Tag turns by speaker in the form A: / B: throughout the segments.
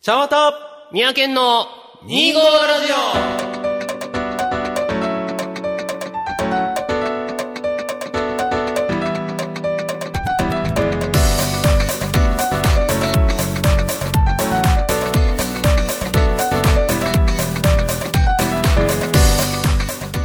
A: ちゃわた
B: 三宅県の
A: 2
B: 2
A: 号
B: 号
A: ラ
B: ラ
A: ジ
B: ジ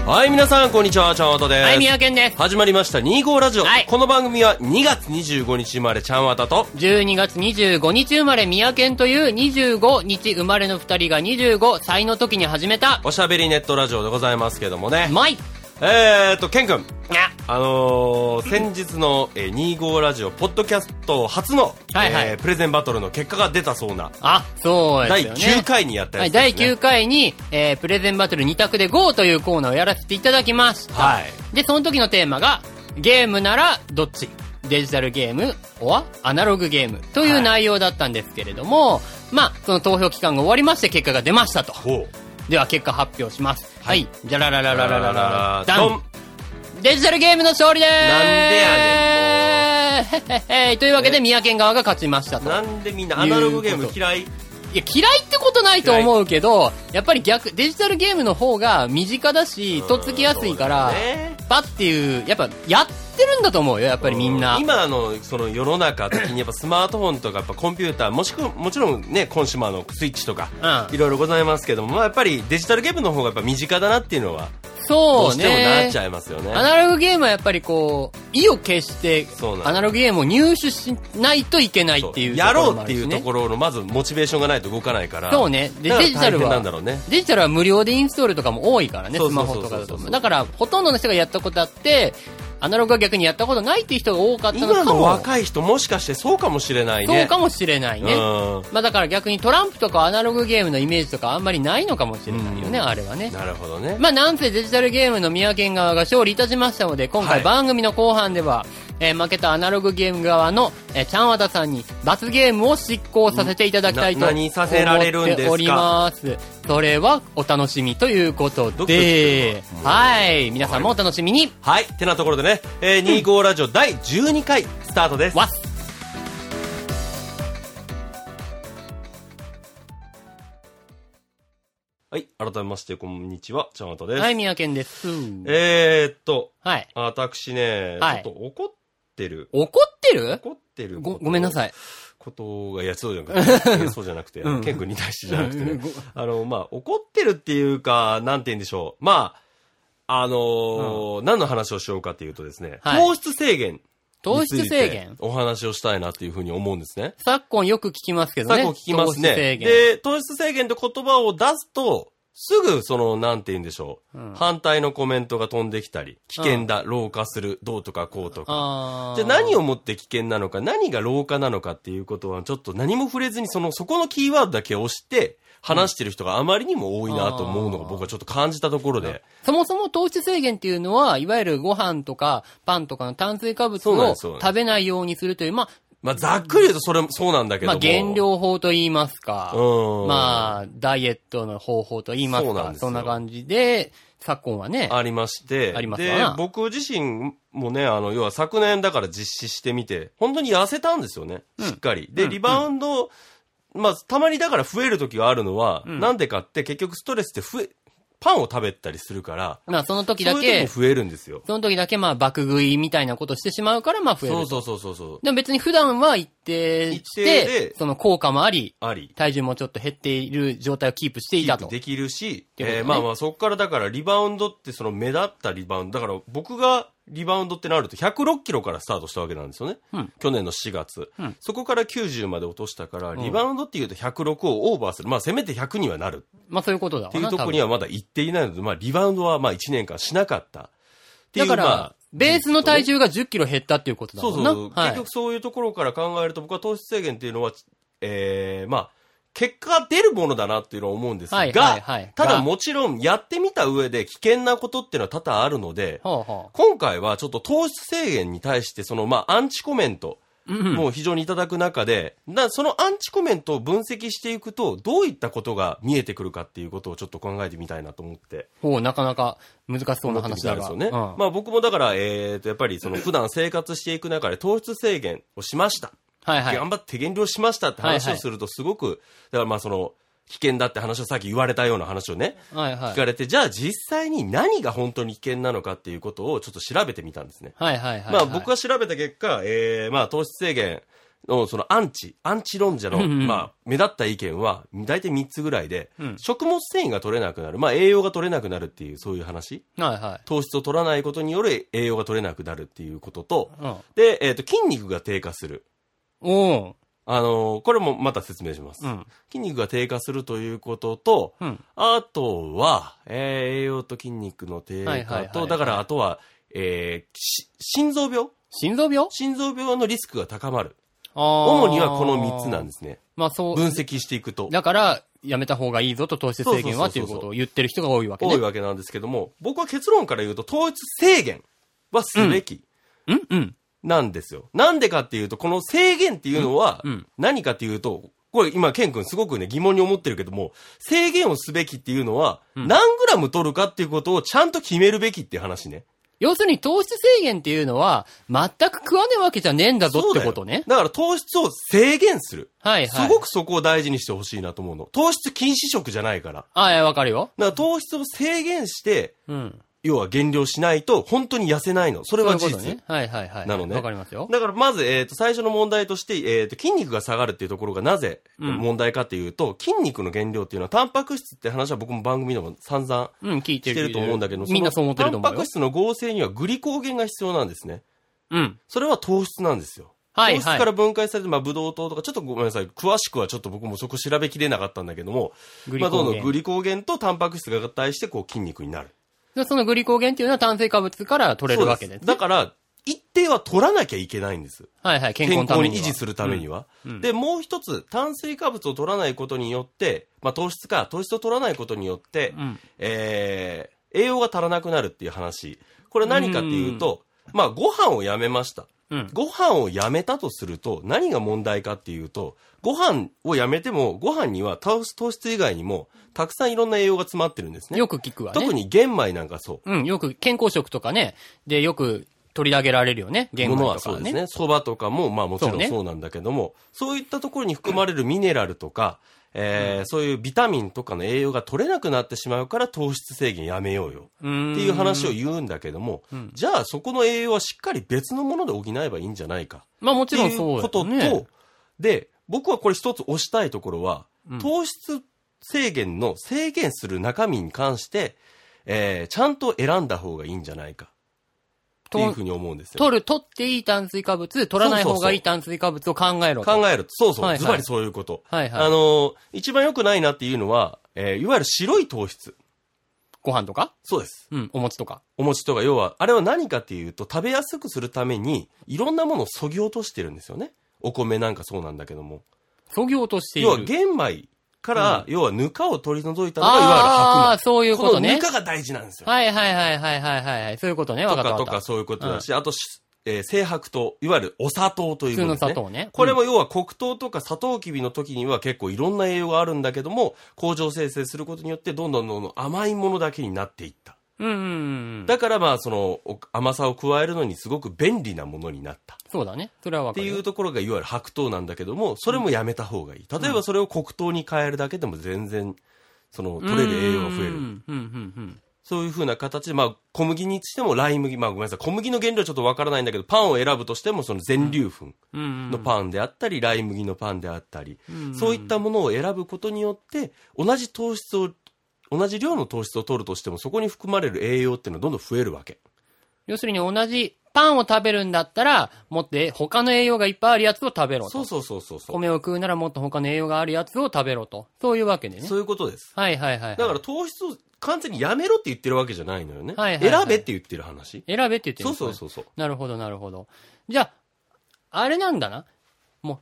A: はい、皆さん、こんにちは、ちゃんわたです。
B: オはい三宅県です
A: 始まりました、2号ラジオ。
B: はい
A: この番組は2月25日生まれ、ちゃんわたと、
B: 12月25日生まれ三宅県という25日生まれの2人が25歳の時に始めた
A: おしゃべりネットラジオでございますけどもね。
B: マイ
A: えーっと、ケン君。
B: あ
A: あのー、先日の、えー、25ラジオ、ポッドキャスト初の、
B: はいはい
A: えープレゼンバトルの結果が出たそうな、
B: あそうです
A: 第
B: よね
A: 9回にやった
B: は
A: や
B: い、
A: つです、ね
B: 第9回に、えープレゼンバトル2択で GO というコーナーをやらせていただきました。
A: はい
B: で、その時のテーマが、ゲームならどっちデジタルゲーム、おわアナログゲームとい
A: はいう
B: 内容だったんですけれども、まあ、その投票期間が終わりまして結果が出ましたと。
A: ほう。
B: では結果発表します。
A: は
B: はいい。じゃららららららららダ
A: ドン
B: ンデジタルゲームの勝利でーす
A: なんで
B: でやねん というわけで、宮県側が勝ちましたと。
A: なんでみんなアナログゲーム嫌い
B: いや、嫌いってことないと思うけど、やっぱり逆、デジタルゲームの方が身近だし、とっつきやすいか
A: そ
B: ら
A: うだ、ね
B: パっていう、やっぱ、やってるんだと思うよ、やっぱりみんな。
A: 今のその世の中的にやっぱスマートフォンとかやっぱコンピューターもしくはもちろんねコンシュマーのスイッチとか
B: うん
A: いろいろございますけども、まあ、やっぱりデジタルゲームの方がやっぱ身近だなっていうのはど
B: そうう
A: してもなっ
B: ね
A: ち。ゃいますよね
B: アナログゲームはやっぱりこう、意を決して
A: そうなん、だ
B: アナログゲームを入手しないといけないっていう
A: そう
B: と
A: や
B: こ
A: ろ
B: ろ
A: う
B: も
A: っ
B: あ
A: てい
B: る
A: う
B: しね
A: ところのまずモチベーションがないと動かないから
B: そうねで
A: だから
B: デジタル
A: 大
B: は
A: 変なんだろうね
B: デジタルは無料でインストールとかも多いからね、
A: そう
B: ス
A: そう
B: マ
A: そう
B: ホ
A: そう
B: とかだと
A: そうそうそ
B: 思
A: う
B: う。だから、ほとんどの人がやったことあって、アナログは逆にやったことないっていう人が多かったの
A: 今
B: か
A: の
B: も。
A: 若い人もしかしてそうかもしれないね
B: そうかもしれないね。
A: う
B: まあだから逆にトランプとかアナログゲームのイメージとかあんまりないのかもしれないよね、
A: うん
B: あれはね
A: ん。なるほどね、
B: まあなんせデジタルゲームの宮県側が勝利いたしましたので、今
A: はい
B: 回番組の後半では、えー負けたアナログゲーム側の、えー、ちゃんわたさんに罰ゲームを執行させていただきたいと
A: な
B: 思
A: 何させられるんですか
B: っております。それはお楽しみということ
A: ドキドキす
B: で
A: るわ、もう
B: はい、皆さんもお楽しみに、
A: はいてなところでね、えー、25ラジオ第12回スタートです
B: わっ
A: はい改めましてこんにちはちゃんわたです、
B: はい、宮県です。
A: えー、っと
B: はい。
A: 私ね、
B: はい
A: ちょっと怒ってる。
B: 怒ってる
A: 怒ってる
B: ご、ごめんなさ
A: い。
B: い。
A: ことが、いや、そうじゃ なくて、いやそうじゃなくて、
B: うん
A: ケン君に対してじゃなくて
B: う
A: ね
B: んご。
A: あの、まあ、怒ってるっていうか、なんて言うんでしょう。まあ、あのー何の話をしようかっていうとですね、
B: はい
A: 糖質制限。
B: 糖質制限
A: お話をしたいなっていうふうに思うんですね。
B: 昨今よく聞きますけどね。
A: 昨今聞きます
B: 糖質制
A: ね。
B: 限。
A: で、糖質制限って言葉を出すと、すぐその、なんて言うんでしょう。
B: うん
A: 反対のコメントが飛んできたり、危険だ、老化する、どうとかこうとか。
B: あー
A: じゃあ何をもって危険なのか、何が老化なのかっていうことは、ちょっと何も触れずに、その、そこのキーワードだけ押して、話してる人があまりにも多いなと思うのが
B: あー
A: 僕はちょっと感じたところで。
B: そもそも糖質制限っていうのは、いわゆるご飯とかパンとかの炭水化物
A: そうなんで
B: を
A: すそうなんです
B: 食べないようにするという、ま
A: まあ、ざっくり言うとそれもそうなんだ
B: あ、
A: けど
B: ま
A: も。
B: あ、減量法と言いますか、
A: うん
B: まあ、ダイエットの方法と言います
A: そうなん
B: か
A: で、すよ
B: そんな感じで、昨今はね、
A: ありまして。
B: ありますわ
A: で
B: な、
A: 僕自身もね、あの、要は昨年だから実施してみて、本当に痩せたんですよね。しっかり。で、
B: うん
A: リバウンド、まあ、たまにだから増える時があるのは、
B: うん
A: なんでかって結局ストレスって増え、パンを食べたりするから、
B: まあ、その時だ
A: そういう
B: け、
A: 時も増えるんですよ。
B: その時だけ、まあ、爆食いみたいなことしてしまうから、まあ、増える
A: そ
B: と。
A: うそうそうそうそう。
B: でも別に普段は一定し
A: 一定
B: て
A: で、
B: その効果もあり、
A: あり。
B: 体重もちょっと減っている状態をキープしていた
A: キー
B: と
A: プ。できるし、
B: てことだ
A: え
B: ね
A: ーまあまあそこからだからリバウンドってその目立ったリバウンド、だから僕がリバウンドってなると106キロからスタートしたわけなんですよね。
B: うん
A: 去年の4月、
B: うん
A: そこから90まで落としたから、
B: ん
A: リバウンドっていうと106をオーバーする。まあせめて100にはなる
B: まあ、そういうことだわ
A: っ
B: な
A: ていうところにはまだ行っていないので、まあリバウンドはまあ1年間しなかった。ってい
B: だ
A: う
B: から、
A: まあ
B: ベースの体重が10キロ減ったっていうことだ
A: そ
B: も
A: うんそ
B: な。
A: う、
B: はい
A: 結局そういうところから考えると、僕は糖質制限っていうのは、えー、まあ、結果が出るものだなっていうのは思うんですが、
B: はいはいはい
A: ただ
B: が
A: もちろんやってみた上で危険なことっていうのは多々あるので、
B: ほうほ
A: 今回はちょっと糖質制限に対して、そのまあ、アンチコメント、
B: う。うんうん。
A: もう非常にいただく中で、なそのアンチコメントを分析していくと、どういったことが見えてくるかっていうことをちょっと考えてみたいなと思って。
B: ほう、なかなか難しそうな話だ
A: で
B: が。
A: すよね。
B: うん
A: ま あ僕もだから、えーと、やっぱりその普段生活していく中で糖質制限をしました。
B: はいはい
A: 頑張って減量しましたって話をするとすごく、だからまあその、危険だって話をさっき言われたような話をね、
B: はいは
A: 聞か
B: い。
A: れて、じゃあ実際に何が本当に危険なのかっていうことをちょっと調べてみたんですね。
B: はいはいはい。
A: まあ僕が調べた結果、えーまあ糖質制限のそのアンチ、アンチ論者の、
B: うんうん
A: まあ目立った意見は大体3つぐらいで、
B: うん
A: 食物繊維が取れなくなる、まあ栄養が取れなくなるっていうそういう話。
B: はいは
A: 糖質を取らないことによる栄養が取れなくなるっていうことと、
B: い。うん。
A: で、えっ、と筋肉が低下する。
B: おー
A: あのーこれもまた説明します、
B: うん。
A: 筋肉が低下するということと、
B: うん。
A: あとは、えー栄養と筋肉の低
B: はいはい
A: 下
B: はいは
A: と、
B: い
A: だからあとは、えーし心臓病
B: 心臓病
A: 心臓病のリスクが高まる。
B: あー
A: 主にはこの3つなんですね。
B: まあそう。
A: 分析していくと。
B: だから、やめた方がいいぞと糖質制限は
A: そうそうそうそう
B: ということを言ってる人が多いわけね。
A: 多いわけなんですけども、僕は結論から言うと、糖質制限はすべき
B: うんうん。
A: なんですよ。なんでかっていうと、この制限っていうのは
B: うんうん、
A: 何かっていうと、これ今、ケン君すごくね、疑問に思ってるけども、制限をすべきっていうのは、
B: うん
A: 何グラム取るかっていうことをちゃんと決めるべきっていう話ね。
B: 要するに糖質制限っていうのは、全く食わねえわけじゃねえんだぞってことね
A: そう。だよだから糖質を制限する。
B: はい
A: す
B: はい。
A: ごくそこを大事にしてほしいなと思うの。糖質禁止食じゃないから。
B: ああ、わかるよ。
A: だから糖質を制限して、
B: うん。
A: 要は減量しないと本当に痩せないの。それは
B: そ
A: 事
B: ういうこと
A: 実。
B: ね。はいはいはい。
A: なのね
B: わかりますよ。
A: だからまず、えっ、と、最初の問題として、えっ、と、筋肉が下がるっていうところがなぜ
B: うん
A: 問題かっていうと、筋肉の減量っていうのはタンパク質って話は僕も番組でも散々
B: うん、聞い
A: し
B: てる。
A: てると思うんだけど、
B: みんなそう思ってると思
A: タ
B: う
A: ン
B: よ
A: パク。質の合成にはグリコーゲンが必要なんですね。
B: うん。
A: それは糖質なんですよ。
B: はいは
A: 糖
B: い
A: 質から分解されて、まあ、ブドウ糖とか、ちょっとごめんなさい、詳しくはちょっと僕もそこ調べきれなかったんだけども、
B: グリ
A: ま
B: コ
A: あ、どん
B: ー
A: ど
B: ゲ
A: ん
B: ン。
A: グリコーゲンとタンパク質が合体して、こう、筋肉になる。
B: でそのグリコーゲンっていうのは炭水化物から取れるわけですね。
A: だから、一定は取らなきゃいけないんです。
B: はいはい、健
A: 健
B: 康のた
A: 康
B: め
A: に
B: には。
A: 維持するためには。
B: うんうん
A: で、もう一つ、炭水化物を取らないことによって、まあ、糖質か、糖質を取らないことによって、
B: うん。
A: えー栄養が足らなくなるっていう話。これ何かっていうと、まあ、ご飯をやめました。
B: うん。
A: ご飯をやめたとすると、何が問題かっていうと、ご飯をやめても、ご飯には糖質糖質以外にも、たくさんいろんな栄養が詰まってるんですね。
B: よく聞くわね。
A: 特に玄米なんかそう。
B: うん、よく健康食とかね、で、よく取り上げられるよね、玄米
A: もの
B: と
A: は
B: か
A: そう
B: は
A: です
B: ね。
A: ね。そばとかも、まあもちろ
B: そうんね
A: そうなんだけども、そういったところに含まれるミネラルとか、えーそういうビタミンとかの栄養が取れなくなってしまうから糖質制限やめようよ。
B: って
A: っていう話を言うんだけども、じゃあそこの栄養はしっかり別のもので補えばいいんじゃないか。
B: まあも
A: って
B: ちろ
A: い
B: んそうう
A: ことと、
B: ね。
A: で、僕はこれ一つ推したいところは、
B: うん
A: 糖質制限の制限する中身に関して、えーちゃんと選んだ方がいいんじゃないか。っていうふうに思うんですよ。
B: 取る、取っていい炭水化物、取らない方がいい炭水化物を考えろと。
A: 考えると。そうそう。
B: はいはい
A: ズバリそういうこと。
B: はい
A: あ
B: はい。
A: のー一番良くないなっていうのは、えーいわゆる白い糖質。
B: ご飯とか
A: そうです。
B: うん、お餅とか。
A: お餅とか、要は、あれは何かっていうと、食べやすくするために、いろんなものをそぎ落としてるんですよね。お米なんかそうなんだけども。
B: そぎ落としてい
A: 要は、
B: る。
A: 玄米から、要は、ぬかを取り除いたのが、い
B: あ
A: わ
B: あ、そうい
A: ゆ
B: う
A: る白米。
B: こと
A: の
B: ね
A: ぬ。かが大事なんですよ。
B: はいはいはいはいはいはいはい。そういうことね。
A: と
B: わかった
A: か
B: わ
A: と
B: か
A: か
B: った。
A: そういうことだし、あとし、えー青白糖、いわゆるお砂糖という
B: 普
A: もの
B: 通の
A: ですね
B: 砂。糖ね。
A: これも要は黒糖とか砂糖きびの時には結構いろんな栄養があるんだけども、工場生成することによってどんどんどんどん甘いものだけになっていった。
B: うん。うんうんうん。
A: だからまあそのお甘さを加えるのにすごく便利なものになった。
B: そうだね。それはわ
A: っ
B: か
A: て
B: る
A: い
B: よ。
A: うところがいわゆる白糖なんだけども、それもやめた方がいい。例えばそれを黒糖に変えるだけでも全然、その取れる栄養が増え
B: う
A: る。
B: んうんうんうん。
A: そういう風な形で、まあ小麦にしてもライ麦、まあごめんなさい、小麦の原料ちょっとわからないんだけど、パンを選ぶとしてもその全粒粉。
B: うんうん。
A: のパンであったり、ライ麦のパンであったり、
B: ん
A: そういったものを選ぶことによって、同じ糖質を、同じ量の糖質を取るとしても、そこに含まれる栄養っていうのはどんどん増えるわけ。
B: 要するに同じパンを食べるんだったら、もっとえ他の栄養がいっぱいあるやつを食べろと。
A: そうそうそうそうそう。
B: 米を食うならもっと他の栄養があるやつを食べろと。そういうわけでね
A: そ。ういうことです。
B: はいはいはいはい。
A: だから糖質を完全にやめろって言ってるわけじゃないのよね。
B: はいはいはい
A: 選べって言ってる話。
B: 選べって言ってる
A: そ
B: ん
A: うそう
B: ですかね
A: そうそう。
B: なるほどなるほど。じゃあ、あれなんだな。もう、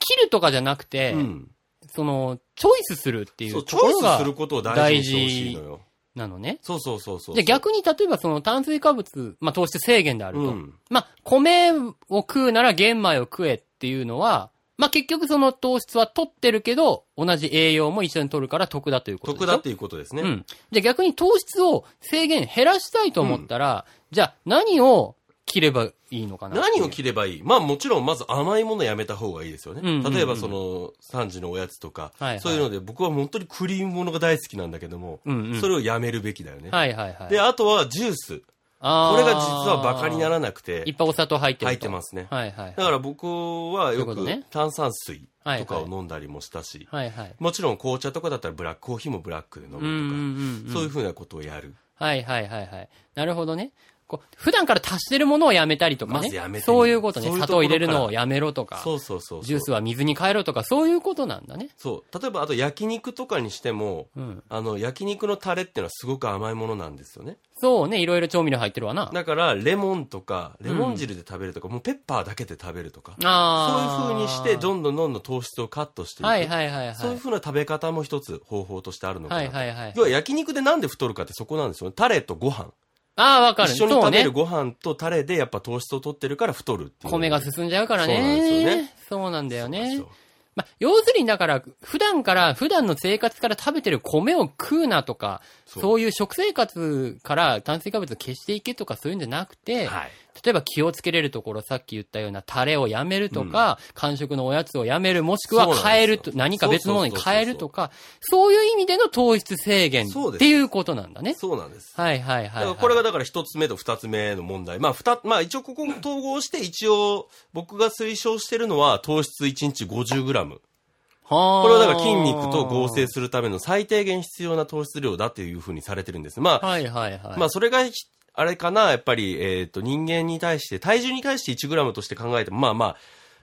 B: 切るとかじゃなくて、
A: うん。
B: その、チョイスするってい
A: そうう、チ
B: とこ
A: ョイ
B: ろ
A: ス
B: が
A: することを大事にしてほしいのよ。
B: なのね。
A: そうそうそうそう。
B: じゃあ逆に例えばその炭水化物、まあ糖質制限であると。
A: うん
B: まあ米を食うなら玄米を食えっていうのは、まあ結局その糖質は取ってるけど、同じ栄養も一緒に取るから得だということでしょ
A: 得だっていうことですね。
B: うん。じゃあ逆に糖質を制限減らしたいと思ったら、じゃあ何を切ればいいのかな。
A: 何を切ればいいまあもちろんまず甘いものやめた方がいいですよね。
B: うんうんうん
A: 例えばその3時のおやつとか、
B: はいはい
A: そういうので僕は本当にクリームものが大好きなんだけども、
B: うんうん
A: それをやめるべきだよね。
B: はいはいはい。
A: で、あとはジュース。
B: あ
A: こ
B: ー
A: れが実はバカにならなくて
B: いっ、ぱいお砂糖入ってると。
A: 入ってますね
B: はいはい。
A: だから僕はよ
B: そういうこと
A: く
B: ね
A: 炭酸水とか
B: はい
A: を
B: はい
A: 飲んだりもしたし、
B: はいはい。
A: もちろん紅茶とかだったらブラック、コーヒーもブラックで飲
B: うんうん
A: む
B: うん
A: とか、
B: うん。
A: そういうふうなことをやる。
B: はいはいはいはい。なるほどね。こう普段から足してるものをやめたりとかね。
A: まずやめてみる
B: そういうことね。
A: そういうと
B: 砂
A: ころ
B: 糖
A: から
B: 入れるのをやめろとか。
A: そうそうそうそう。
B: ジュースは水に変えろとか、そういうことなんだね。
A: そう。例えばあと焼肉とかにしても、
B: うん。
A: あの、焼肉のタレっていうのはすごく甘いものなんですよね。
B: そうね、いろいろ調味料入ってるわな。
A: だから、レモンとか、レモン汁で食べるとか、もうペッパーだけで食べるとか、
B: ああ。
A: そういう風にして、ど
B: ん
A: んどんどんどん糖質をカットしていく。
B: はいはいはいはい。
A: そういう風な食べ方も一つ方法としてあるのかな
B: は
A: と。
B: いはいはい
A: 要。は焼肉でなんで太るかってそこなんですよね。タレとご飯。
B: ああ、わかる。
A: 一緒に食べ
B: そ
A: る
B: うね。
A: ご飯とタレでやっぱ糖質を取ってるから太るっていう。
B: 米が進んじゃうからね。
A: そうなんですよね。
B: そうなんだよ
A: そう
B: ね
A: そう。
B: まあ、要するにだから、普段から、普段の生活から食べてる米を食うなとか、
A: そ
B: そうういう食生活から炭水化物を消していけとかそういうんじゃなくて、
A: はい。
B: 例えば気をつけれるところ、さっき言ったようなタレをやめるとか、間食のおやつをやめる、もしくは
A: そうなんですよ
B: 変えると、何か別のものに変えるとか、そういう意味での糖質制限
A: そうです
B: っていうことなんだね。
A: そうなんです。
B: はいはいはい、
A: だか
B: はい。
A: らこれがだから一つ目と二つ目の問題。まあ二つ、まあ一応ここも統合して一応僕が推奨してるのは糖質1日 50g。こ
B: こ
A: れはだから筋肉と合成するための最低限必要な糖質量だっていうふうにされてるんです。まあ、
B: はいはいはい。
A: まあそれがひ、あれかな、やっぱり、えっ、と、人間に対して、体重に対して 1g として考えても、まあまあ、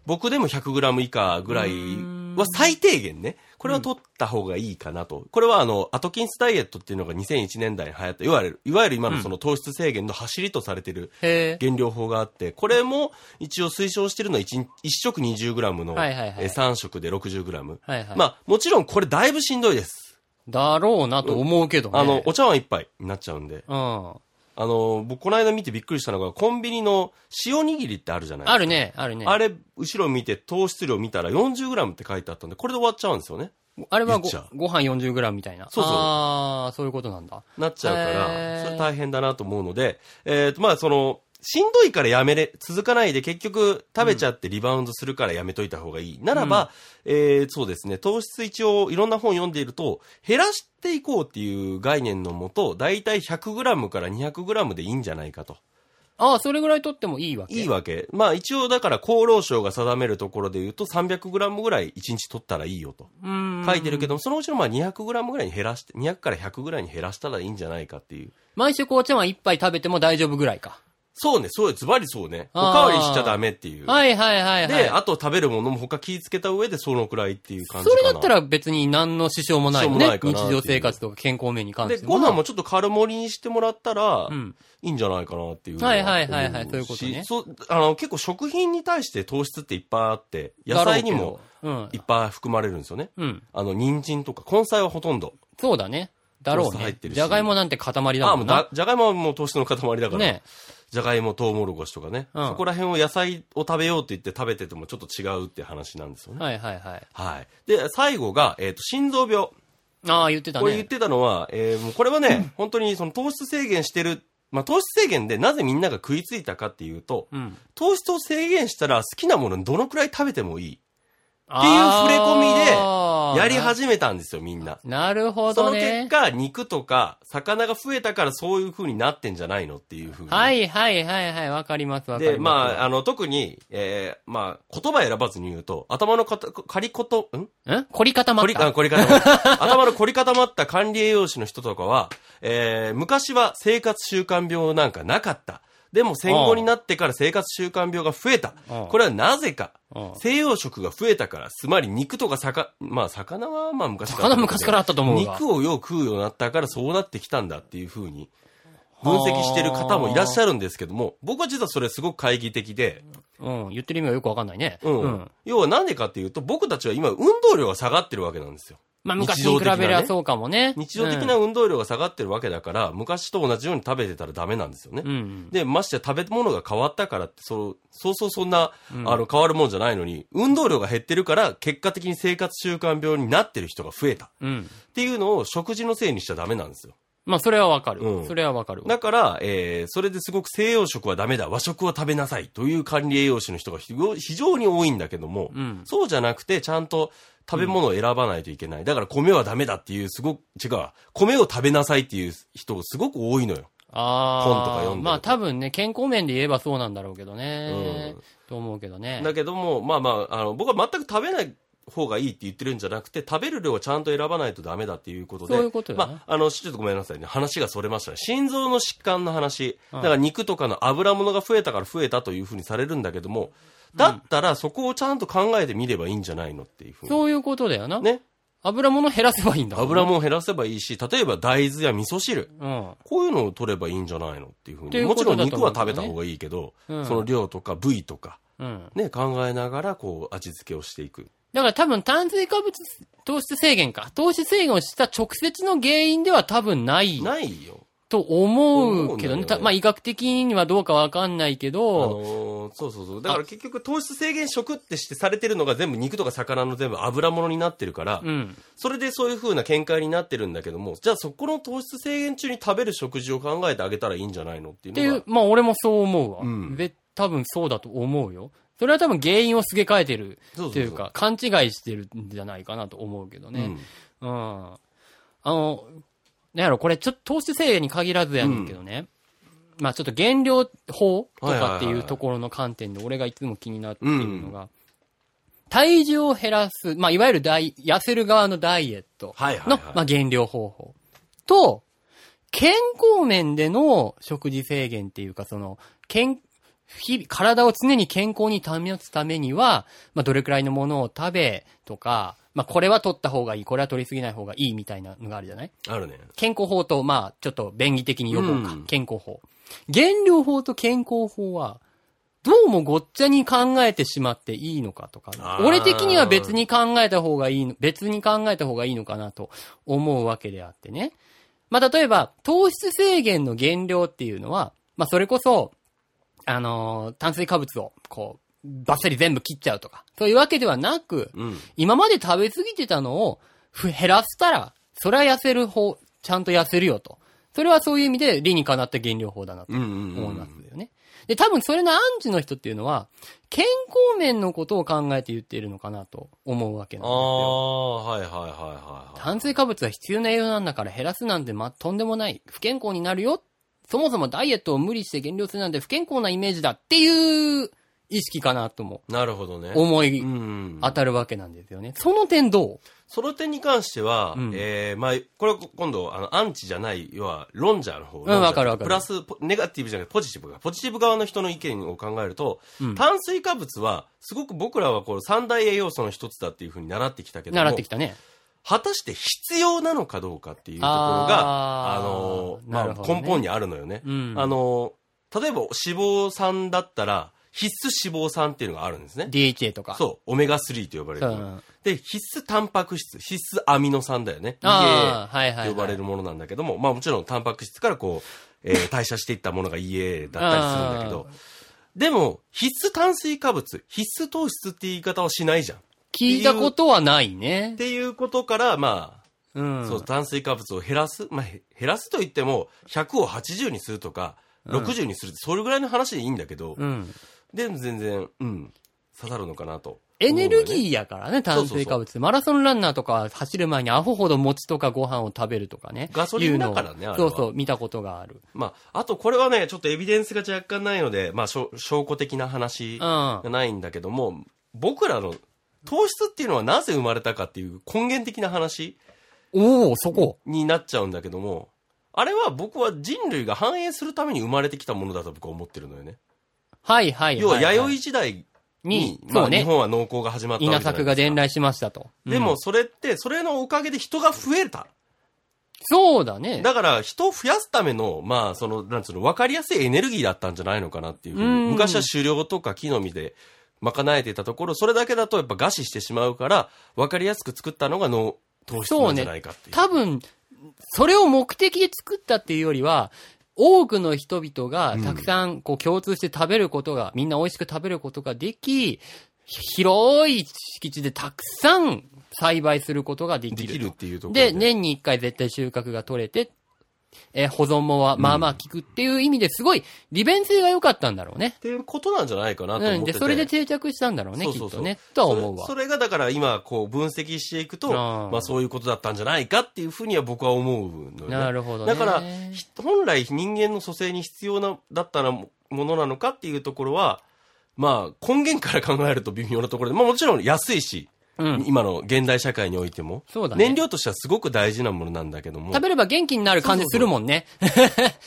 A: 僕でも 100g 以下ぐらいは最低限ね、これは取った方がいいかなと。これはあの、アトキンスダイエットっていうのが2001年代に流行った、いわゆる、いわゆる今のその糖質制限の走りとされてる
B: へえ。
A: 減量法があって、これも一応推奨してるのは 1, 食 20g の、
B: はいはいはい
A: え3食で 60g。
B: はいはい。
A: ま
B: ま
A: あ、もちろんこれだいぶしんどいです。
B: だろうなと思うけどね。
A: あの、お茶碗一杯になっちゃうんで。
B: うん。
A: あの、僕この間見てびっくりしたのが、コンビニの塩握りってあるじゃない
B: あるね、あるね。
A: あれ、後ろ見て糖質量見たら 40g って書いてあったんで、これで終わっちゃうんですよね。
B: あれは
A: 言
B: ご
A: っちゃう
B: ご飯 40g みたいな。
A: そうそう
B: ああ、そういうことなんだ。
A: なっちゃうか
B: へ
A: ら、
B: ー
A: それ大変だなと思うので、えっ、と、まあ、その、しんどいからやめれ、続かないで結局食べちゃってリバウンドするからやめといた方がいい。ならば、えーそうですね、糖質一応いろんな本読んでいると、減らしていこうっていう概念のもと、だいたい 100g から 200g でいいんじゃないかと。
B: ああ、それぐらい取ってもいいわけ。
A: いいわけ。まあ一応だから厚労省が定めるところで言うと 300g ぐらい1日取ったらいいよと
B: うーん。
A: 書いてるけども、そのうちのまあ 200g ぐらいに減らして、200から100ぐらいに減らしたらいいんじゃないかっていう。
B: 毎週紅茶碗一杯食べても大丈夫ぐらいか。
A: そうね、そうよ、ズバリそうね。お
B: あー
A: かわりしちゃダメっていう。
B: はいはいはいはい。
A: で、あと食べるものも他気ぃつけた上でそのくらいっていう感じ
B: そ
A: かな。
B: れだったら別に何の支障もないよ
A: 支障もな
B: ね
A: い。かなっていう
B: 日常生活とか健康面に関
A: で、
B: して
A: ご
B: もな。
A: 飯もちょっと軽盛りにしてもらったら、
B: うん。
A: いいんじゃないかなっていう。
B: はいはいはいはいそういうことね
A: しそう、あの、結構食品に対して糖質っていっぱいあって、野菜にも
B: だろう
A: い
B: け
A: っぱい含まれるんですよね。
B: ど。うん。うん。
A: あの、人参とか、根菜はほとんど。
B: そうだね。だろう
A: ソース入っ
B: ね
A: て。るし
B: じゃがいもなんて塊だもんな。
A: あ、もうだ、じゃがいもはもう糖質の塊だから。
B: ね。
A: じゃがいも、とうもろこしとかね。
B: うん
A: そこら辺を野菜を食べようって言って食べててもちょっと違うって話なんですよね。
B: はいはいはい。
A: はい。で、最後が、えっ、と、心臓病。
B: ああ、言ってた
A: これ言っ
B: ね。
A: てたのは、えーもうこれはね、本当にその糖質制限してる、まあ、糖質制限でなぜみんなが食いついたかっていうと、
B: うん。
A: 糖質を制限したら好きなものどのくらい食べてもいい。
B: っ
A: っていう触れ込みでやり
B: は
A: 始めたんですよ、みんな。
B: なるほ
A: そ
B: ど
A: の結
B: ね。
A: 果、肉とか魚が増えたからそういう風になってんじゃないのっていう風に。
B: はいはいはいはい、わかりますわかります。
A: で、まあ、あの、特に、えーまあ、言葉選ばずに言うと、頭のかた、仮こと、ん
B: ん凝り固ま
A: 凝
B: っ
A: り、あ
B: た。
A: 凝り固ま った。頭の凝り固まった管理栄養士の人とかは、えー昔は生活習慣病なんかなかった。でも戦後になってから生活習慣病が増えた。
B: うん
A: これはなぜか
B: うん。
A: 西洋食が増えたから、つまり肉とか魚、まあ魚はまあ昔から。
B: 魚昔からあったと思うが。
A: 肉をよく食うようになったからそうなってきたんだっていうふうに分析してる方もいらっしゃるんですけども、僕は実はそれすごく懐疑的で、
B: うん。言ってる意味がよくわかんないね。
A: うん。要はなんでかっていうと、僕たちは今運動量が下がってるわけなんですよ。
B: まあ
A: 日
B: 昔
A: 常
B: に
A: 的
B: 比
A: なね
B: べりゃそうかもね。
A: 日常的な運動量が下がってるわけだから、昔と同じように食べてたらダメなんですよね。
B: うん。うん。
A: で、ましてや食べ物が変わったからって、そう、そうそうそんな、あの、変わるもんじゃないのに、運動量が減ってるから、結果的に生活習慣病になってる人が増えた。
B: うん。
A: っていうのを食事のせいにしちゃダメなんですよ。
B: まあ、それはわかる。
A: うん
B: それはわかるわ。
A: だから、えーそれですごく西洋食はダメだ、和食は食べなさいという管理栄養士の人がひご非常に多いんだけども、
B: うん。
A: そうじゃなくて、ちゃんと食べ物を選ばないといけない。だから米はダメだっていう、すごく、違うわ。米を食べなさいっていう人すごく多いのよ。
B: ああ。
A: 本とか読んでると
B: まあ、多分ね、健康面で言えばそうなんだろうけどね。
A: うん
B: と思うけどね。
A: だけども、まあまあ、あの、僕は全く食べない方がいいって言ってるんじゃなくて、食べる量をちゃんと選ばないとダメだっていうことで。
B: そういうことよね
A: まあ、あの、ちょっとごめんなさいね。話がそれましたね。心臓の疾患の話。
B: うん
A: だから肉とかの油物が増えたから増えたというふうにされるんだけども、だったらそこをちゃんと考えてみればいいんじゃないのっていうふうに。
B: そういうことだよな。
A: ね。
B: 油物減らせばいいんだもんね。
A: 油も減らせばいいし、例えば大豆や味噌汁。
B: うん。
A: こういうのを取ればいいんじゃないのっていうふう
B: っ
A: に。
B: ていう
A: も
B: こと
A: ち
B: だ
A: ろ
B: と
A: ん
B: 思うんだよ
A: 肉は食
B: ね
A: べた方がいいけど、
B: うん
A: その量とか部位とか、
B: うん。
A: ね、考えながら、こう、味付けをしていく。
B: だから多分炭水化物、糖質制限か。糖質制限をした直接の原因では多分ない
A: ないよ。
B: と思
A: 思うん
B: うけどね。
A: だよね
B: たまあ医学的にはどうかわかんないけ
A: あ
B: ど、
A: のーそうそうそう。だから結局糖質制限食ってしてされてるのが全部肉とか魚の全部油物になってるから、
B: うん。
A: それでそういう風な見解になってるんだけども、じゃあそこの糖質制限中に食べる食事を考えてあげたらいいんじゃないのってい
B: って
A: う
B: い
A: の
B: う
A: が、。
B: まあ俺もそう思うわ。
A: うん
B: で、多分そうだと思うよ。それは多分原因をすげ替えてる
A: そうそうそう
B: というか、勘違いしてるんじゃないかなと思うけどね。うん。あの、なんやろ、これちょっと糖質制限に限らずやねんけどね。まあちょっと減量法とかって
A: はいはいはいいうはい
B: ところの観点で俺がいつも気になっているのが、体重を減らす、まあいわゆるダイ痩せる側のダイエット
A: はいはい
B: の、
A: はい
B: まあ減量方法と、健康面での食事制限っていうか、その、健、日々、体を常に健康に保つためには、まあ、どれくらいのものを食べ、とか、まあ、これは取った方がいい、これは取りすぎない方がいいみたいなのがあるじゃない
A: あるね。
B: 健康法と、まあ、ちょっと便宜的に予防か。
A: うん
B: 健康法。減量法と健康法は、どうもごっちゃに考えてしまっていいのかとか
A: あ、ー
B: 俺的には別に考えた方がいいの、別に考えた方がいいのかなと思うわけであってね。まあ、例えば、糖質制限の減量っていうのは、まあ、それこそ、あのー炭水化物を、こう、バッサリ全部切っちゃうとか、そういうわけではなく、
A: うん。
B: 今まで食べ過ぎてたのをふ減らしたら、それは痩せる方、ちゃんと痩せるよと。それはそういう意味で理にかなった減量法だなと
A: うんうんうん。
B: 思いますよね。で、多分それのアンチの人っていうのは、健康面のことを考えて言っているのかなと思うわけなん
A: あ
B: ですよ。
A: あ、はいはいはいはいはい。
B: 炭水化物は必要な栄養なんだから減らすなんてま、とんでもない。不健康になるよ。そもそもダイエットを無理して減量するなんて不健康なイメージだっていう意識かなとも
A: なるほどね。
B: 思
A: う
B: い
A: ん。
B: 当たるわけなんですよね。その点どう
A: その点に関しては、
B: うん
A: ええまあ、これは今度、あの、アンチじゃない、要は、論者の方。
B: んわかるわかる
A: プラス、ポネガティブじゃなくて、ポジティブが。ポジティブ側の人の意見を考えると、
B: うん
A: 炭水化物は、すごく僕らはこう、三大栄養素の一つだっていうふうに習ってきたけども、
B: 習ってきたね。
A: 果たして必要なのかどうかっていうところが、あ
B: あー
A: の、
B: な
A: ま
B: るほ
A: あ、
B: どね
A: 根本にあるのよね。
B: うん
A: あの、例えば、脂肪酸だったら、必須脂肪酸っていうのがあるんですね。
B: DHA とか。
A: そう、オメガ3と呼ばれる
B: そう。。ん、
A: で、必須タンパク質、必須アミノ酸だよね。EA
B: ああ、はいはい、はい。
A: と呼ばれるものなんだけども、まあもちろんタンパク質からこう、えー代謝していったものが EA だったりするんだけど、でも、必須炭水化物、必須糖質って言い方をしないじゃん。っ
B: 聞いたことはないね。
A: ていうことから、ま
B: う
A: あ、
B: ん。
A: そう、炭水化物を減らす、まあへ減らすと言っても、100を80にするとか、60にするって、それぐらいの話でいいんだけど、
B: うん。
A: でも全然、うん、刺さるのかなと。
B: エネル
A: ー
B: ギーやからね、炭水化物。マラソンランナーとかは走る前にアホほど餅とかご飯を食べるとかね。
A: ガソリンだからね
B: いうのを
A: あれ
B: そ
A: は
B: うそう、見たことがある。
A: まあ、あとこれはね、ちょっとエビデンスが若干ないので、まあ、しょ証拠的な話
B: う
A: が
B: ん。
A: ないんだけども、僕らの糖質っていうのはなぜ生まれたかっていう根源的な話
B: おおそこ。
A: になっちゃうんだけども、あれは僕は人類が繁栄するために生まれてきたものだと僕は思ってるのよね。
B: はいはいはい、
A: 要は
B: はい
A: 弥生時代
B: に
A: に、、
B: そ
A: ま
B: う
A: あ、
B: ね。
A: 日本は農耕が始まったわ
B: 稲
A: けじゃない
B: 作
A: です
B: が
A: か
B: 伝来しましたと。
A: で
B: うん
A: も、それって、それのおかげで人が増えた。
B: そうだね。
A: だから、人を増やすための、まあ、その、なんつうの、わかりやすいエネルギーだったんじゃないのかなっていうふうに
B: うん
A: 昔は狩猟とか木の実で賄えてたところ、それだけだとやっぱ餓死してしまうから、わかりやすく作ったのが脳、糖質なんじゃないかっていう。
B: 多分、それを目的で作ったっていうよりは、多くの人々がたくさんこう共通して食べることが、みんな美味しく食べることができ、広い敷地でたくさん栽培することができ
A: で
B: る。
A: きるっていうところ
B: で、年に一回絶対収穫が取れてっえー保存もはまあまあ効くっていう意味ですごい利便性が良かったんだろうね。
A: ていうことなんじゃないかなと思っ
B: う
A: て
B: ん。
A: て
B: で、それで定着したんだろうね、
A: そう
B: き
A: そ
B: っ
A: うそ
B: と
A: う
B: ね。とは思うわ
A: そ。れそれがだから今こう分析していくと、
B: あー
A: まあそういうことだったんじゃないかっていうふうには僕は思うのよ、ね。
B: なるほどね。
A: だから、ひ本来人間の蘇生に必要な、だったらもものなのかっていうところは、まあ根源から考えると微妙なところで、まあもちろん安いし、
B: うん。
A: 今の現代社会においても、
B: そうだね
A: 燃料としてはすごく大事なものなんだけども
B: 食、べれば元気になる感じするもんね。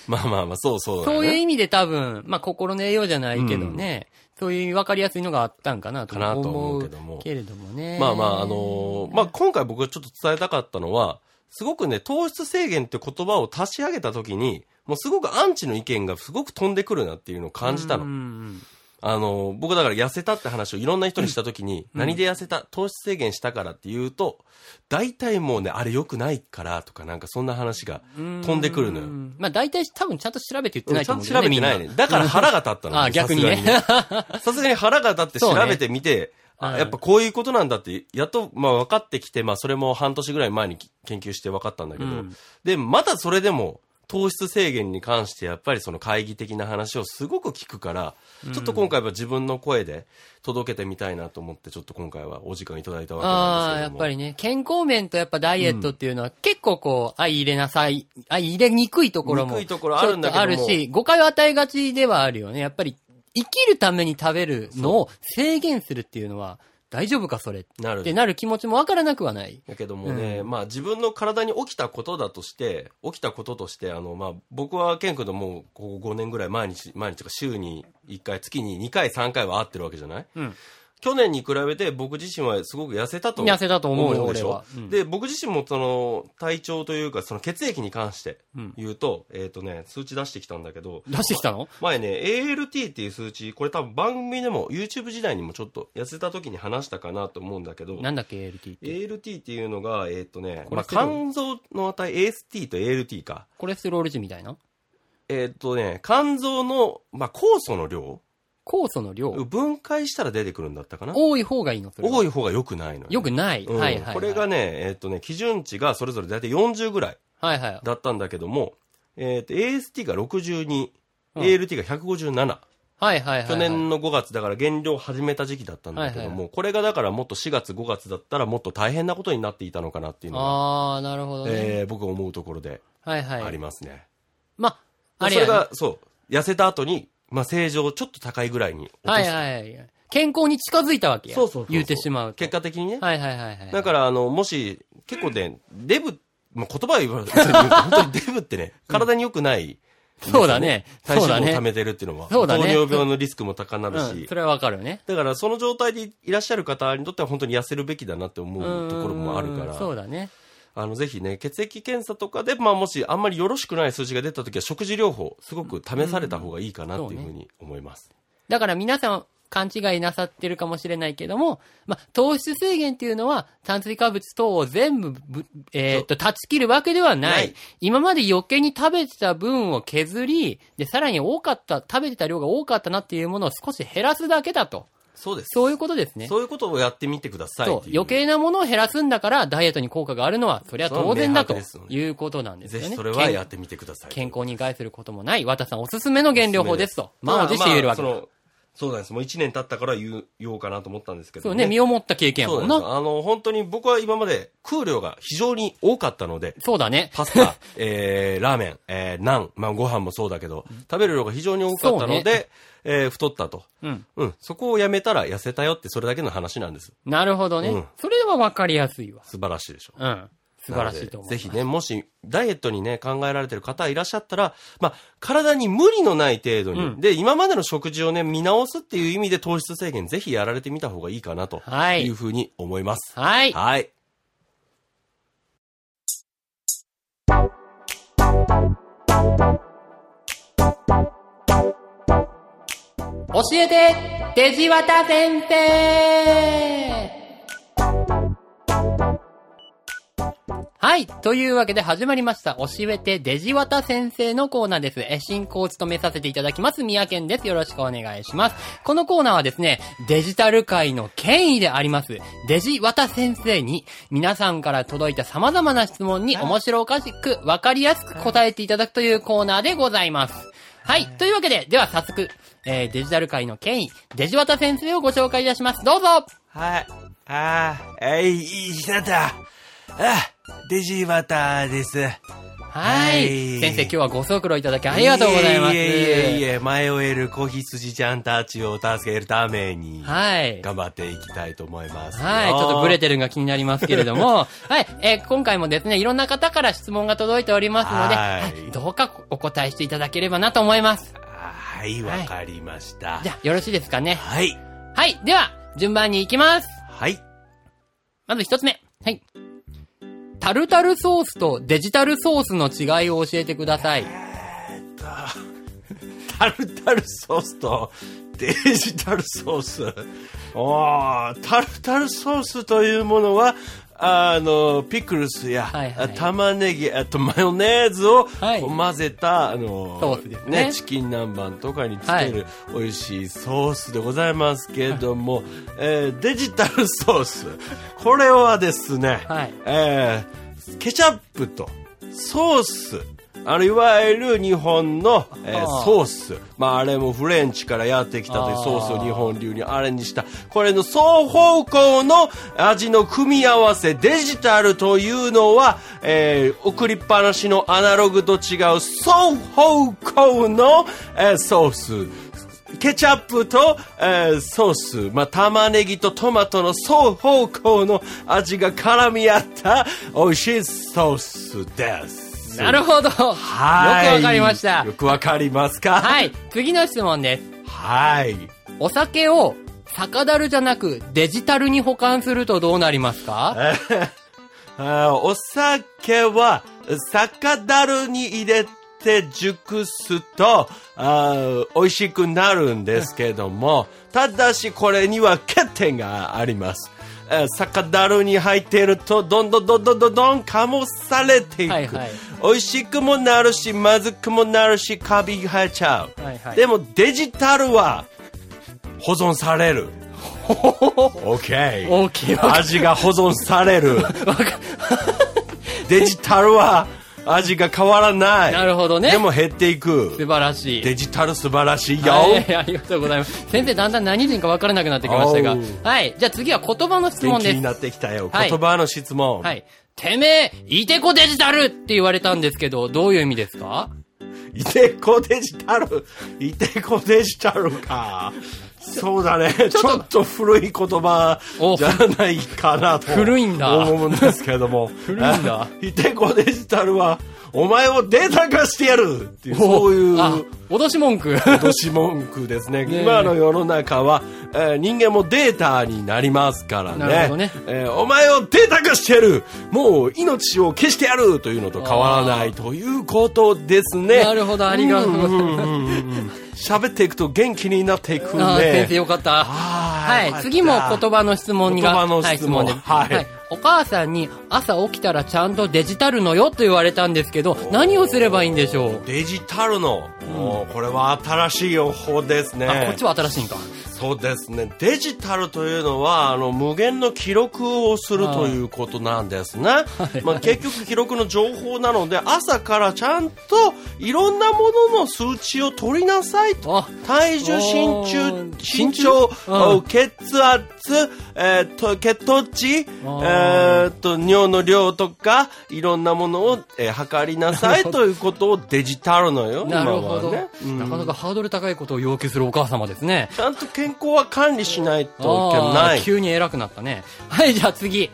A: まあまあまあ、そうそうだ
B: そ
A: よ
B: ういう
A: ね。
B: 意味で多分、まあ、心の栄養じゃないけどね、そういう分かりやすいのがあったんかなと
A: かなと
B: 思
A: 思う
B: う
A: けども
B: けれどもね。
A: まあまあ、あのーまあ今回僕がちょっと伝えたかったのは、すごくね、糖質制限って言葉を足し上げた時に、もうすごくアンチの意見がすごく飛んでくるなっていうのを感じたの
B: う。ん
A: あの、僕だから痩せたって話をいろんな人にしたときに、何で痩せた糖質制限したからって言うと、大体もうね、あれ良くないからとかなんかそんな話が飛んでくるの
B: う
A: よ。
B: んまあ大体多分ちゃんと調べて言って
A: う
B: なんい
A: ち
B: と
A: ゃん
B: 思
A: と調べ
B: うけどね
A: てない
B: みん
A: ね。だから腹が立ったの。
B: あ逆にね
A: さすが さすがに腹が立って調べてみて、
B: そうね
A: あやっぱこういうことなんだって、やっと、まあ分かってきて、まあそれも半年ぐらい前にき研究して分かったんだけど、
B: うん
A: で、またそれでも、糖質制限に関してやっぱりその会議的な話をすごく聞くから、ちょっと今回は自分の声で届けてみたいなと思って、ちょっと今回はお時間いただいたわけ
B: あ
A: なん
B: あ、
A: ですけ
B: やっ
A: ども。
B: ぱりね、健康面とやっぱダイエットっていうのは結構こう、相入れなさい、相入れにくいところも、
A: にくいところあるんだけども
B: ちょっとあるし、誤解を与えがちではあるよね。やっぱり、生きるために食べるのを制限するっていうのは、大丈夫かそれ
A: なる
B: ってなる気持ちもわからなくはない。
A: だけどもね、まあ自分の体に起きたことだとして、起きたこととして、あの、まあ僕はケン君ともうここ5年ぐらい毎日、毎日とか週に1回、月に2回、3回は会ってるわけじゃない、
B: うん
A: 去年に比べて僕自身はすごく痩せたと
B: 痩せたと思うよ
A: でし
B: 俺は
A: ょ、
B: うん
A: で、僕自身もその体調というか、その血液に関して言うと、えっ、とね、数値出してきたんだけど、
B: 出してきたの
A: 前ね、ALT っていう数値、これ多分番組でも YouTube 時代にもちょっと痩せた時に話したかなと思うんだけど、
B: なんだっけ、LT って。
A: ALT っていうのが、えーっ、とね、
B: コ
A: ま
B: レ
A: あ、
B: ステロー
A: 肝
B: ル
A: 臓の値、AST と ALT か。
B: コレステロール値みたいな
A: えーっ、とね、肝臓の、まあ、酵素の量、
B: 酵素の量。
A: 分解したら出てくるんだったかな。
B: 多い方がいいのそれは
A: 多い方が良くないのよ。
B: よくない。
A: うん
B: はいはいはい。
A: これがね、えーっ、とね、基準値がそれぞれ大体40ぐらい
B: はいはい。
A: だったんだけども、えーっ、と、AST が62、
B: うん
A: ALT が157。
B: はいはいはい。
A: 去年の5月、だから減量を始めた時期だったんだけども、
B: はいはい
A: これがだからもっと4月5月だったらもっと大変なことになっていたのかなっていうのが、
B: ああ、なるほどね。
A: えー僕は思うところで
B: はいは
A: あ
B: い
A: り。ますね。
B: まあ、あれ
A: そ
B: や
A: れ
B: な
A: が、そう、痩せた後に、まあ、正常をちょっと高いぐらいに落と
B: はい
A: し
B: はいはい。健康に近づいたわけや。
A: そうそうそうそう
B: 言うてしまうと。
A: 結果的にね。
B: はいはいはいはい。
A: だから、あの、もし、結構ね、デブ、まあ、言葉は言われてるけど、 本当にデブってね、体に良くない、
B: そうだね。
A: 体
B: そう
A: 脂肪
B: だ
A: を溜
B: ね。
A: めてるっていうのは、
B: そうだね
A: 糖尿病のリスクも高なるし、
B: うん、それはわかるよね。
A: だからその状態でいらっしゃる方にとっては本当に痩せるべきだなって思うところもあるか
B: うんそう
A: ら、
B: だね。
A: あの、ぜひね、血液検査とかで、まあ、もしあんまりよろしくない数字が出た時は、食事療法、すごく試された方がいいかなっていうふうに思います。
B: だから皆さん勘違いなさってるかもしれないけども、まあ、糖質制限っていうのは炭水化物等を全部ぶ、えーっと、断ち切るわけではない。
A: ない
B: 今まで余計に食べてた分を削り、で、さらに多かった、食べてた量が多かったなっていうものを少し減らすだけだと。
A: そうです。
B: そういうことですね。
A: そういうことをやってみてください
B: そう
A: っていう
B: 余計なものを減らすんだから、ダイエットに効果があるのは、それは当然だ
A: そ
B: と
A: う明白ですよね
B: いうことなんです
A: ぜ
B: よね。
A: ひそれはやってみてください。
B: 健健康に害することもない、和田さんおすすめの減量法ですと、満を持して言えるわけ
A: ま
B: だ。
A: あまあそのそうなんです。もう1年経ったから言う言おうかなと思ったんですけど、
B: そうね、身をもった経験や
A: そう
B: も
A: なんんです
B: な。
A: よ。あの、本当に僕は今まで空量が非常に多かったので、
B: そうだね。
A: パス タ、えー、ラーメン、えー、ナン、まあご飯もそうだけど、食べる量が非常に多かったので、
B: そう
A: えー太ったと。
B: うん。
A: うん。そこをやめたら痩せたよってそれだけの話なんです。
B: なるほどね。
A: うん
B: それは分かりやすいわ。
A: 素晴らしいでしょ。
B: うん。素晴らしいと思う。
A: なのでぜひ。ね、もし、ダイエットにね、考えられてる方いらっしゃったら、まあ、体に無理のない程度に、
B: うん
A: で、今までの食事をね、見直すっていう意味で糖質制限、ぜひやられてみた方がいいかな、と
B: はい
A: いうふうに思います。
B: はい。
A: はい。
B: 教えて、デジワタ先生はい。というわけで始まりました。教えてデジワタ先生のコーナーです。え、進行を務めさせていただきます。宮健です。よろしくお願いします。このコーナーはですね、デジタル界の権威であります、デジワタ先生に、皆さんから届いた様々な質問に面白おかしく、わかりやすく答えていただくというコーナーでございます。はい。というわけで、では早速、えーデジタル界の権威、デジワタ先生をご紹介いたします。どうぞ
A: はい。あー、えい、いい日だった。あ、デジバタです。
B: は
A: はい
B: い。先生、今日はご足労いただきありがとうございます。
A: いえいえいえ、迷える子羊ちゃんたちを助けるために、
B: はい。
A: 頑張っていきたいと思いますよ。
B: はい。ちょっとブレてるのが気になりますけれども、 はい。えー今回もですね、いろんな方から質問が届いておりますので、
A: はい
B: はいどうかお答えしていただければなと思います。
A: はい、わかりました。
B: じゃあ、よろしいですかね。
A: はい。
B: はい。では、順番に行きます。
A: はい。
B: まず一つ目。はい。タルタルソースとデジタルソースの違いを教えてください。
A: タルタルソースとデジタルソース。おータルタルソースというものは、あの、ピクルスや、
B: はいはい
A: 玉ねぎ、あとマヨネーズを、
B: はい
A: こう混ぜた、あの、
B: ソースですね
A: チキン南蛮とかにつける美味しいソースでございますけども、えーデジタルソース。これはですね、
B: はい
A: えーケチャップとソース。あのいわゆる日本の、えー
B: はあ
A: ソース、まあ、あれもフレンチからやってきたという
B: あー
A: ソースを日本流にアレンジしたこれの双方向の味の組み合わせデジタルというのは、えー送りっぱなしのアナログと違う双方向の、えーソースケチャップと、えーソース、まあ、玉ねぎとトマトの双方向の味が絡み合った美味しいソースです。
B: なるほど。
A: はい。
B: よくわかりました
A: よ。くわかりますか。
B: はいい。次の質問です。
A: はい。
B: お酒を、酒樽じゃなく、デジタルに保管するとどうなりますか
A: あーお酒は、酒樽に入れて熟すと、あー美味しくなるんですけども、ただしこれには欠点があります。えー酒樽に入っていると、どんどんどんどんどんどんかもされていく。
B: はいはい
A: 美味しくもなるし、まずくもなるし、カビ生えちゃう。
B: はいはい
A: でもデジタルは、保存され る。OK。
B: 大きいわ。
A: 味が保存される
B: か
A: デジタルは味が変わらない
B: なるほどね
A: でも減ってい
B: 素
A: く
B: 晴らしい。
A: デジタル素晴らしいよ、
B: はい、ありがとうございます。先生、だんだん何人か分からなくなってきましたが
A: おう。
B: はい。じゃあ次は言葉の質
A: 元
B: 問
A: 気
B: で
A: に
B: す。
A: なってきたよ、
B: はい
A: 言葉の質問、、
B: はいい。てめえ、いてこデジタルって言われたんですけど、どういう意味ですか
A: てこデジタルいてこデジタルかそうだねちょっと古い言葉
B: お
A: じゃないかなと
B: 古いんだ
A: 思うんですけども古
B: いんだ
A: いてこデジタルはお前をデータ化してやるっていうそういう
B: あ、脅し文 句。
A: 脅し文句ですね。
B: ねえ
A: 今の世の中は、えー人間もデータになりますからね。
B: なるほどね
A: えーお前をデータ化してやるもう命を消してやるというのと変わらないということですね。
B: なるほど、ありがとうございます。
A: うんうんうん喋っていくと元気になっていくんで。
B: あー先生よかっ
A: は
B: た。はいい。次も言葉の質問にが。
A: 言葉の質問
B: はい、です。
A: はい
B: はい。お母さんに朝起きたらちゃんとデジタルのよと言われたんですけど、何をすればいいんでしょう
A: デジタルの、もうこれは新しい予報ですね。
B: あ、こっちは新しいんか。
A: そうですね。デジタルというのは、あの、無限の記録をするということなんですね。まあ、結局記録の情報なので、朝からちゃんといろんなものの数値を取りなさいと。
B: あ、
A: 体重、身
B: お
A: 中、
B: ー
A: 身長
B: うん、
A: 血圧、えーと、血糖値、え
B: ー
A: ーと、尿の量とか、いろんなものを、えー測りなさいということをデジタルのよ、
B: なるほ
A: 今
B: ど、
A: はね。うん
B: なかなかハードル高いことを要求するお母様ですね。
A: ちゃんと健康は管理しないといけ
B: あ
A: な
B: ー
A: い。
B: 急に偉くなったね。はい、じゃあ次。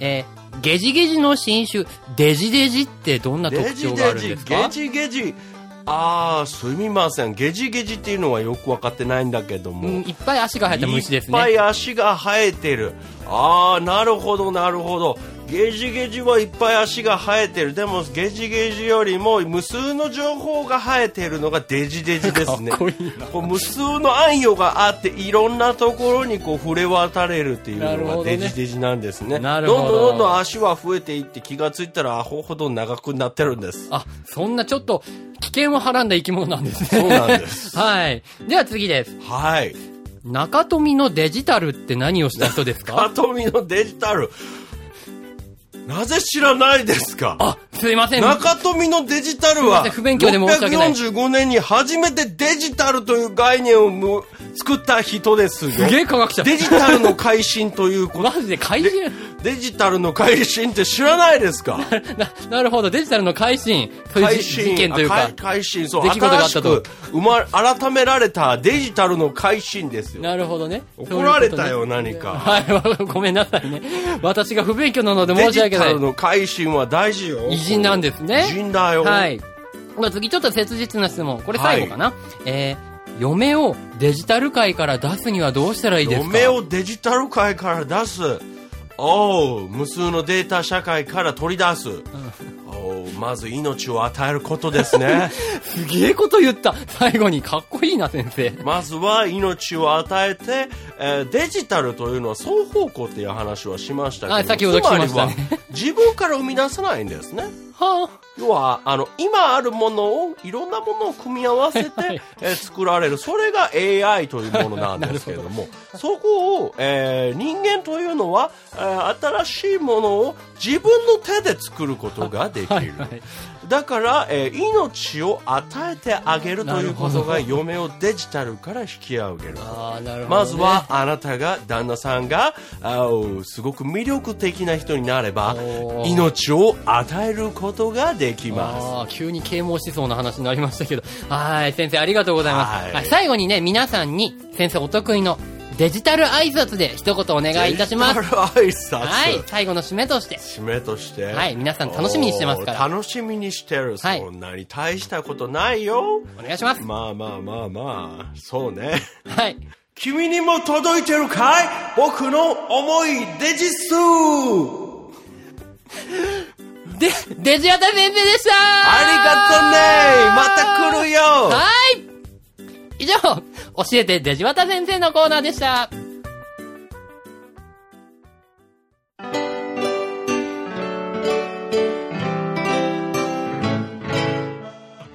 B: えーゲジゲジの新種、デジデジってどんな特
A: デジ
B: 徴が
A: デ
B: あるん
A: ジ
B: です、か
A: ゲジゲジ。ああ、すみません。ゲジゲジっていうのはよくわかってないんだけども。
B: うん、いっぱい足が生えた虫です
A: いっぱ
B: ね。
A: い足が生えてる。ああ、なるほど、なるほど。ゲジゲジはいっぱい足が生えてるでもゲジゲジよりも無数の情報が生えてるのがデジデジですね
B: かっこいいな
A: こう無数の暗夜があっていろんなところにこう触れ渡れるっていう
B: なるほ
A: の
B: ど
A: が
B: ね
A: デジデジなんですね
B: なるほど
A: んどんどんどん足は増えていって気がついたらアホほど長くなってるんです
B: あ、そんなちょっと危険をはらんだ生き物なんですね。
A: そうなんです
B: はい。では次です。
A: はい
B: 中富のデジタルって何をした人です
A: ア
B: か
A: トミのデジタルなぜ知らないですか
B: あ、すいません。
A: 中富のデジタル
B: すいま
A: は、
B: せん不勉強で申し訳ない
A: 645年に初めてデジタルという概念をむ作った人ですよ。
B: すげえ科学者。
A: デジタルの改新という こと。
B: マジで怪人。
A: デジタルの改新って知らないですか
B: な、なるほど。デジタルの改心。そういう
A: 改
B: じ
A: 新。
B: 事件という
A: あ
B: か
A: 改。改新、そう、
B: 出来事があ
A: 新
B: っ
A: した
B: と
A: く生まれ、改められたデジタルの改新ですよ。
B: なるほどね。
A: 怒られた
B: そうい
A: よ、
B: うこと
A: 何
B: ね。
A: か。
B: はい わ、ごめんなさいね。私が不勉強なので
A: デ
B: 申
A: ジ
B: し訳な
A: タ
B: い
A: ル。の改新は大事よ。
B: 偉人なん
A: で
B: ですね。
A: 偉人だよ。
B: はい。まあ、次ちょっと切実な質問。これ最後かな。えー、嫁をデジタル界から出すにはどうしたらいいですか
A: 嫁をデジタル界から出すおう無数のデータ社会から取り出す、おうまず命を与えることです ね
B: すげえこと言った。最後にかっこいいな、先生。
A: まずは命を与えて、えーデジタルというのは双方向っていう話はしましたけど、
B: はい先ほど聞
A: つま
B: き
A: り
B: ました
A: は
B: ね
A: 自分から生み出さないんですね
B: はあ。
A: 要はあの今あるものをいろんなものを組み合わせて、
B: はい
A: えー作られるそれが AI というものなんですけれ どもそこを、えー人間というのは、えー新しいものを自分の手で作ることができる、
B: はいはい。
A: だから、えー命を与えてあげるということ
B: な
A: が
B: る
A: 嫁をデジタルから引き上げる。
B: ああ、なるほど、ね。
A: まずはあなたが旦那さんがあーすごく魅力的な人になれば
B: おー
A: 命を与えることができます。
B: ああ、急に啓蒙しそうな話になりましたけど。はい、先生ありがとうございます。
A: は
B: はいい最後にね、皆さんに、先生お得意のデジタル挨拶で一言お願いいたします。
A: デジタル挨拶。
B: はい、最後の締めとして。
A: 締めとして。
B: はい皆さん楽しみにしてますから
A: おー楽しみにしてる。
B: はい
A: そんなに大したことないよ。
B: お願いします。
A: まあまあまあまあ、そうね。
B: はい。
A: 君にも届いてるかい僕の思いデジス
B: で、デジアタ先生でした
A: ありがとねまた来るよ
B: はい以上、教えてデジワタ先生のコーナーでした。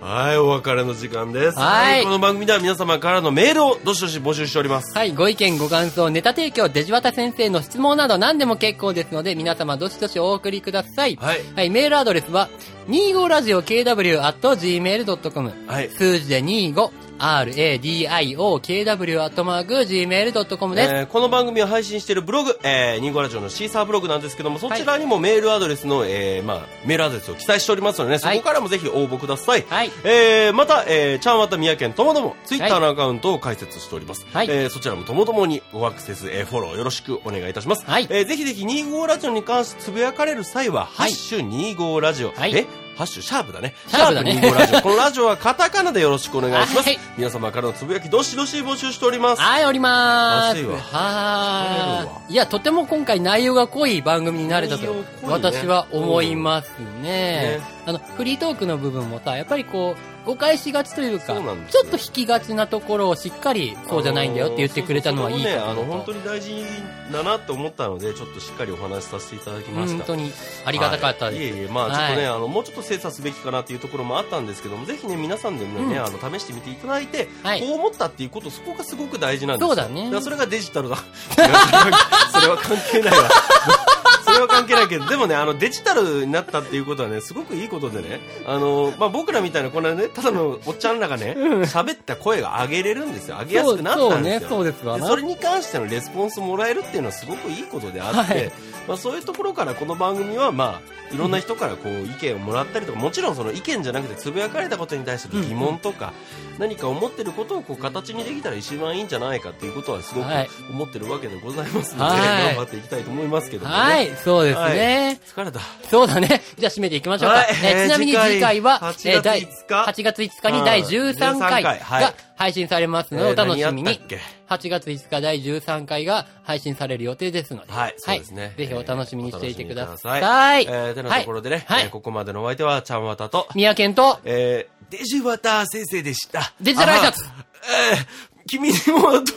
A: はい、お別れの時間です。
B: はい
A: この番組では皆様からのメールをどしどし募集しております。
B: はい、ご意見、ご感想、ネタ提供、デジワタ先生の質問など何でも結構ですので、皆様どしどしお送りください。
A: はい
B: メールアドレスは、25radiokw.gmail.com。
A: はい
B: 数字で 25radiokw.gmail.com です。
A: えーこの番組を配信しているブログ、えー、ニンゴラジオのシーサーブログなんですけども、そちらにもメールアドレスの、えーまあ、メールアドレスを記載しておりますので、ね、そ
B: はい
A: こからもぜひ応募ください。
B: はい
A: えーまた、えー、ちゃんわたみやけんともども、ツイッターのアカウントを開設しております。
B: はい
A: えーそちらもともどもにごアクセス、えーフォローよろしくお願いいたします。
B: はい
A: えーぜひぜひ、ニンゴラジオに関してつぶやかれる際は、ハッシュ25ラジオ。
B: はい
A: えハッシュシャープだね。
B: シャープだね
A: シャ25ラジオ。このラジオはカタカナでよろしくお願いします。
B: はい
A: 皆様からのつぶやき、どしどし募集しております。
B: はい、おりまーす。
A: 暑いわ疲れる
B: は
A: わ
B: ーい。いや、とても今回内容が濃い番組になれた
A: 内
B: と
A: 容、濃いね
B: 私は思いますね
A: ね。
B: あの、フリートークの部分もさ、やっぱりこう、誤解しがちというか、
A: そうなんです
B: ち
A: よ
B: ょっと引きがちなところをしっかり、そうじゃないんだよって言ってくれたのはいいこ
A: あ
B: と
A: のー
B: だ
A: そうそうそれもね、あの、本当
B: と。
A: に大事だなと思ったので、ちょっとしっかりお話しさせていただきまし
B: 本
A: た。
B: 当にありがたかった
A: はいい
B: です。
A: えいえ、まあちょっとね、
B: は
A: あの、もうちょっと精査すべきかなっていうところもあったんですけども、ぜひね、皆さんでもね、
B: うん
A: あの、試してみていただいて、
B: はい
A: こう思ったっていうこと、そこがすごく大事なんですよ
B: そうだね
A: からそれがデジタルだ。 それは関係ないわ。 それは関係ないけど、でもね、あの、デジタルになったっていうことはね、すごくいいことでね、あの、まあ僕らみたいな、このね、ただのおっちゃんらがね、 喋った声が上げれるんですよ。上げやすくなったんですよ。
B: そうそうねそうですわな
A: でそれに関してのレスポンスもらえるっていうのはすごくいいことであって、
B: はい
A: まあ、そういうところからこの番組は、まあ、いろんな人からこう意見をもらったりとかもちろんその意見じゃなくてつぶやかれたことに対する疑問とか、何か思ってることをこう形にできたら一番いいんじゃないかっていうことはすごく
B: はい
A: 思ってるわけでございますので、
B: はい
A: 頑張っていきたいと思いますけどもね。
B: はい、そそうですね。
A: 疲れた。
B: そうだね。 じゃあ締めていきましょうか。
A: はい
B: えー
A: えー
B: ちなみに次回は、
A: 次回
B: 第
A: 8月5日
B: 8月5日に第
A: うん
B: 13回
A: 13回
B: が配信されますので、
A: え
B: お
A: ー
B: 楽し
A: 何
B: み
A: やっ
B: に
A: たっけ。
B: 8月5日第13回が配信される予定ですので。
A: はい、そうですね。
B: ぜひお楽しみにしていてください。
A: えーお楽しみくださいえー、てな
B: は
A: と
B: い
A: ころでね、
B: はい
A: えーここまでのお相手は、ちゃんわたと、
B: 宮健と、
A: えー、デジバター先生でした。
B: デジタル挨拶
A: あはえー、君にもと、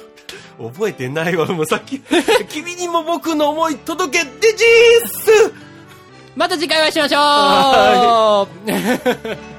A: 覚えてないわ、もうさっき。 君にも僕の思い届け、デジース
B: また次回お会いしましょう
A: は
B: ね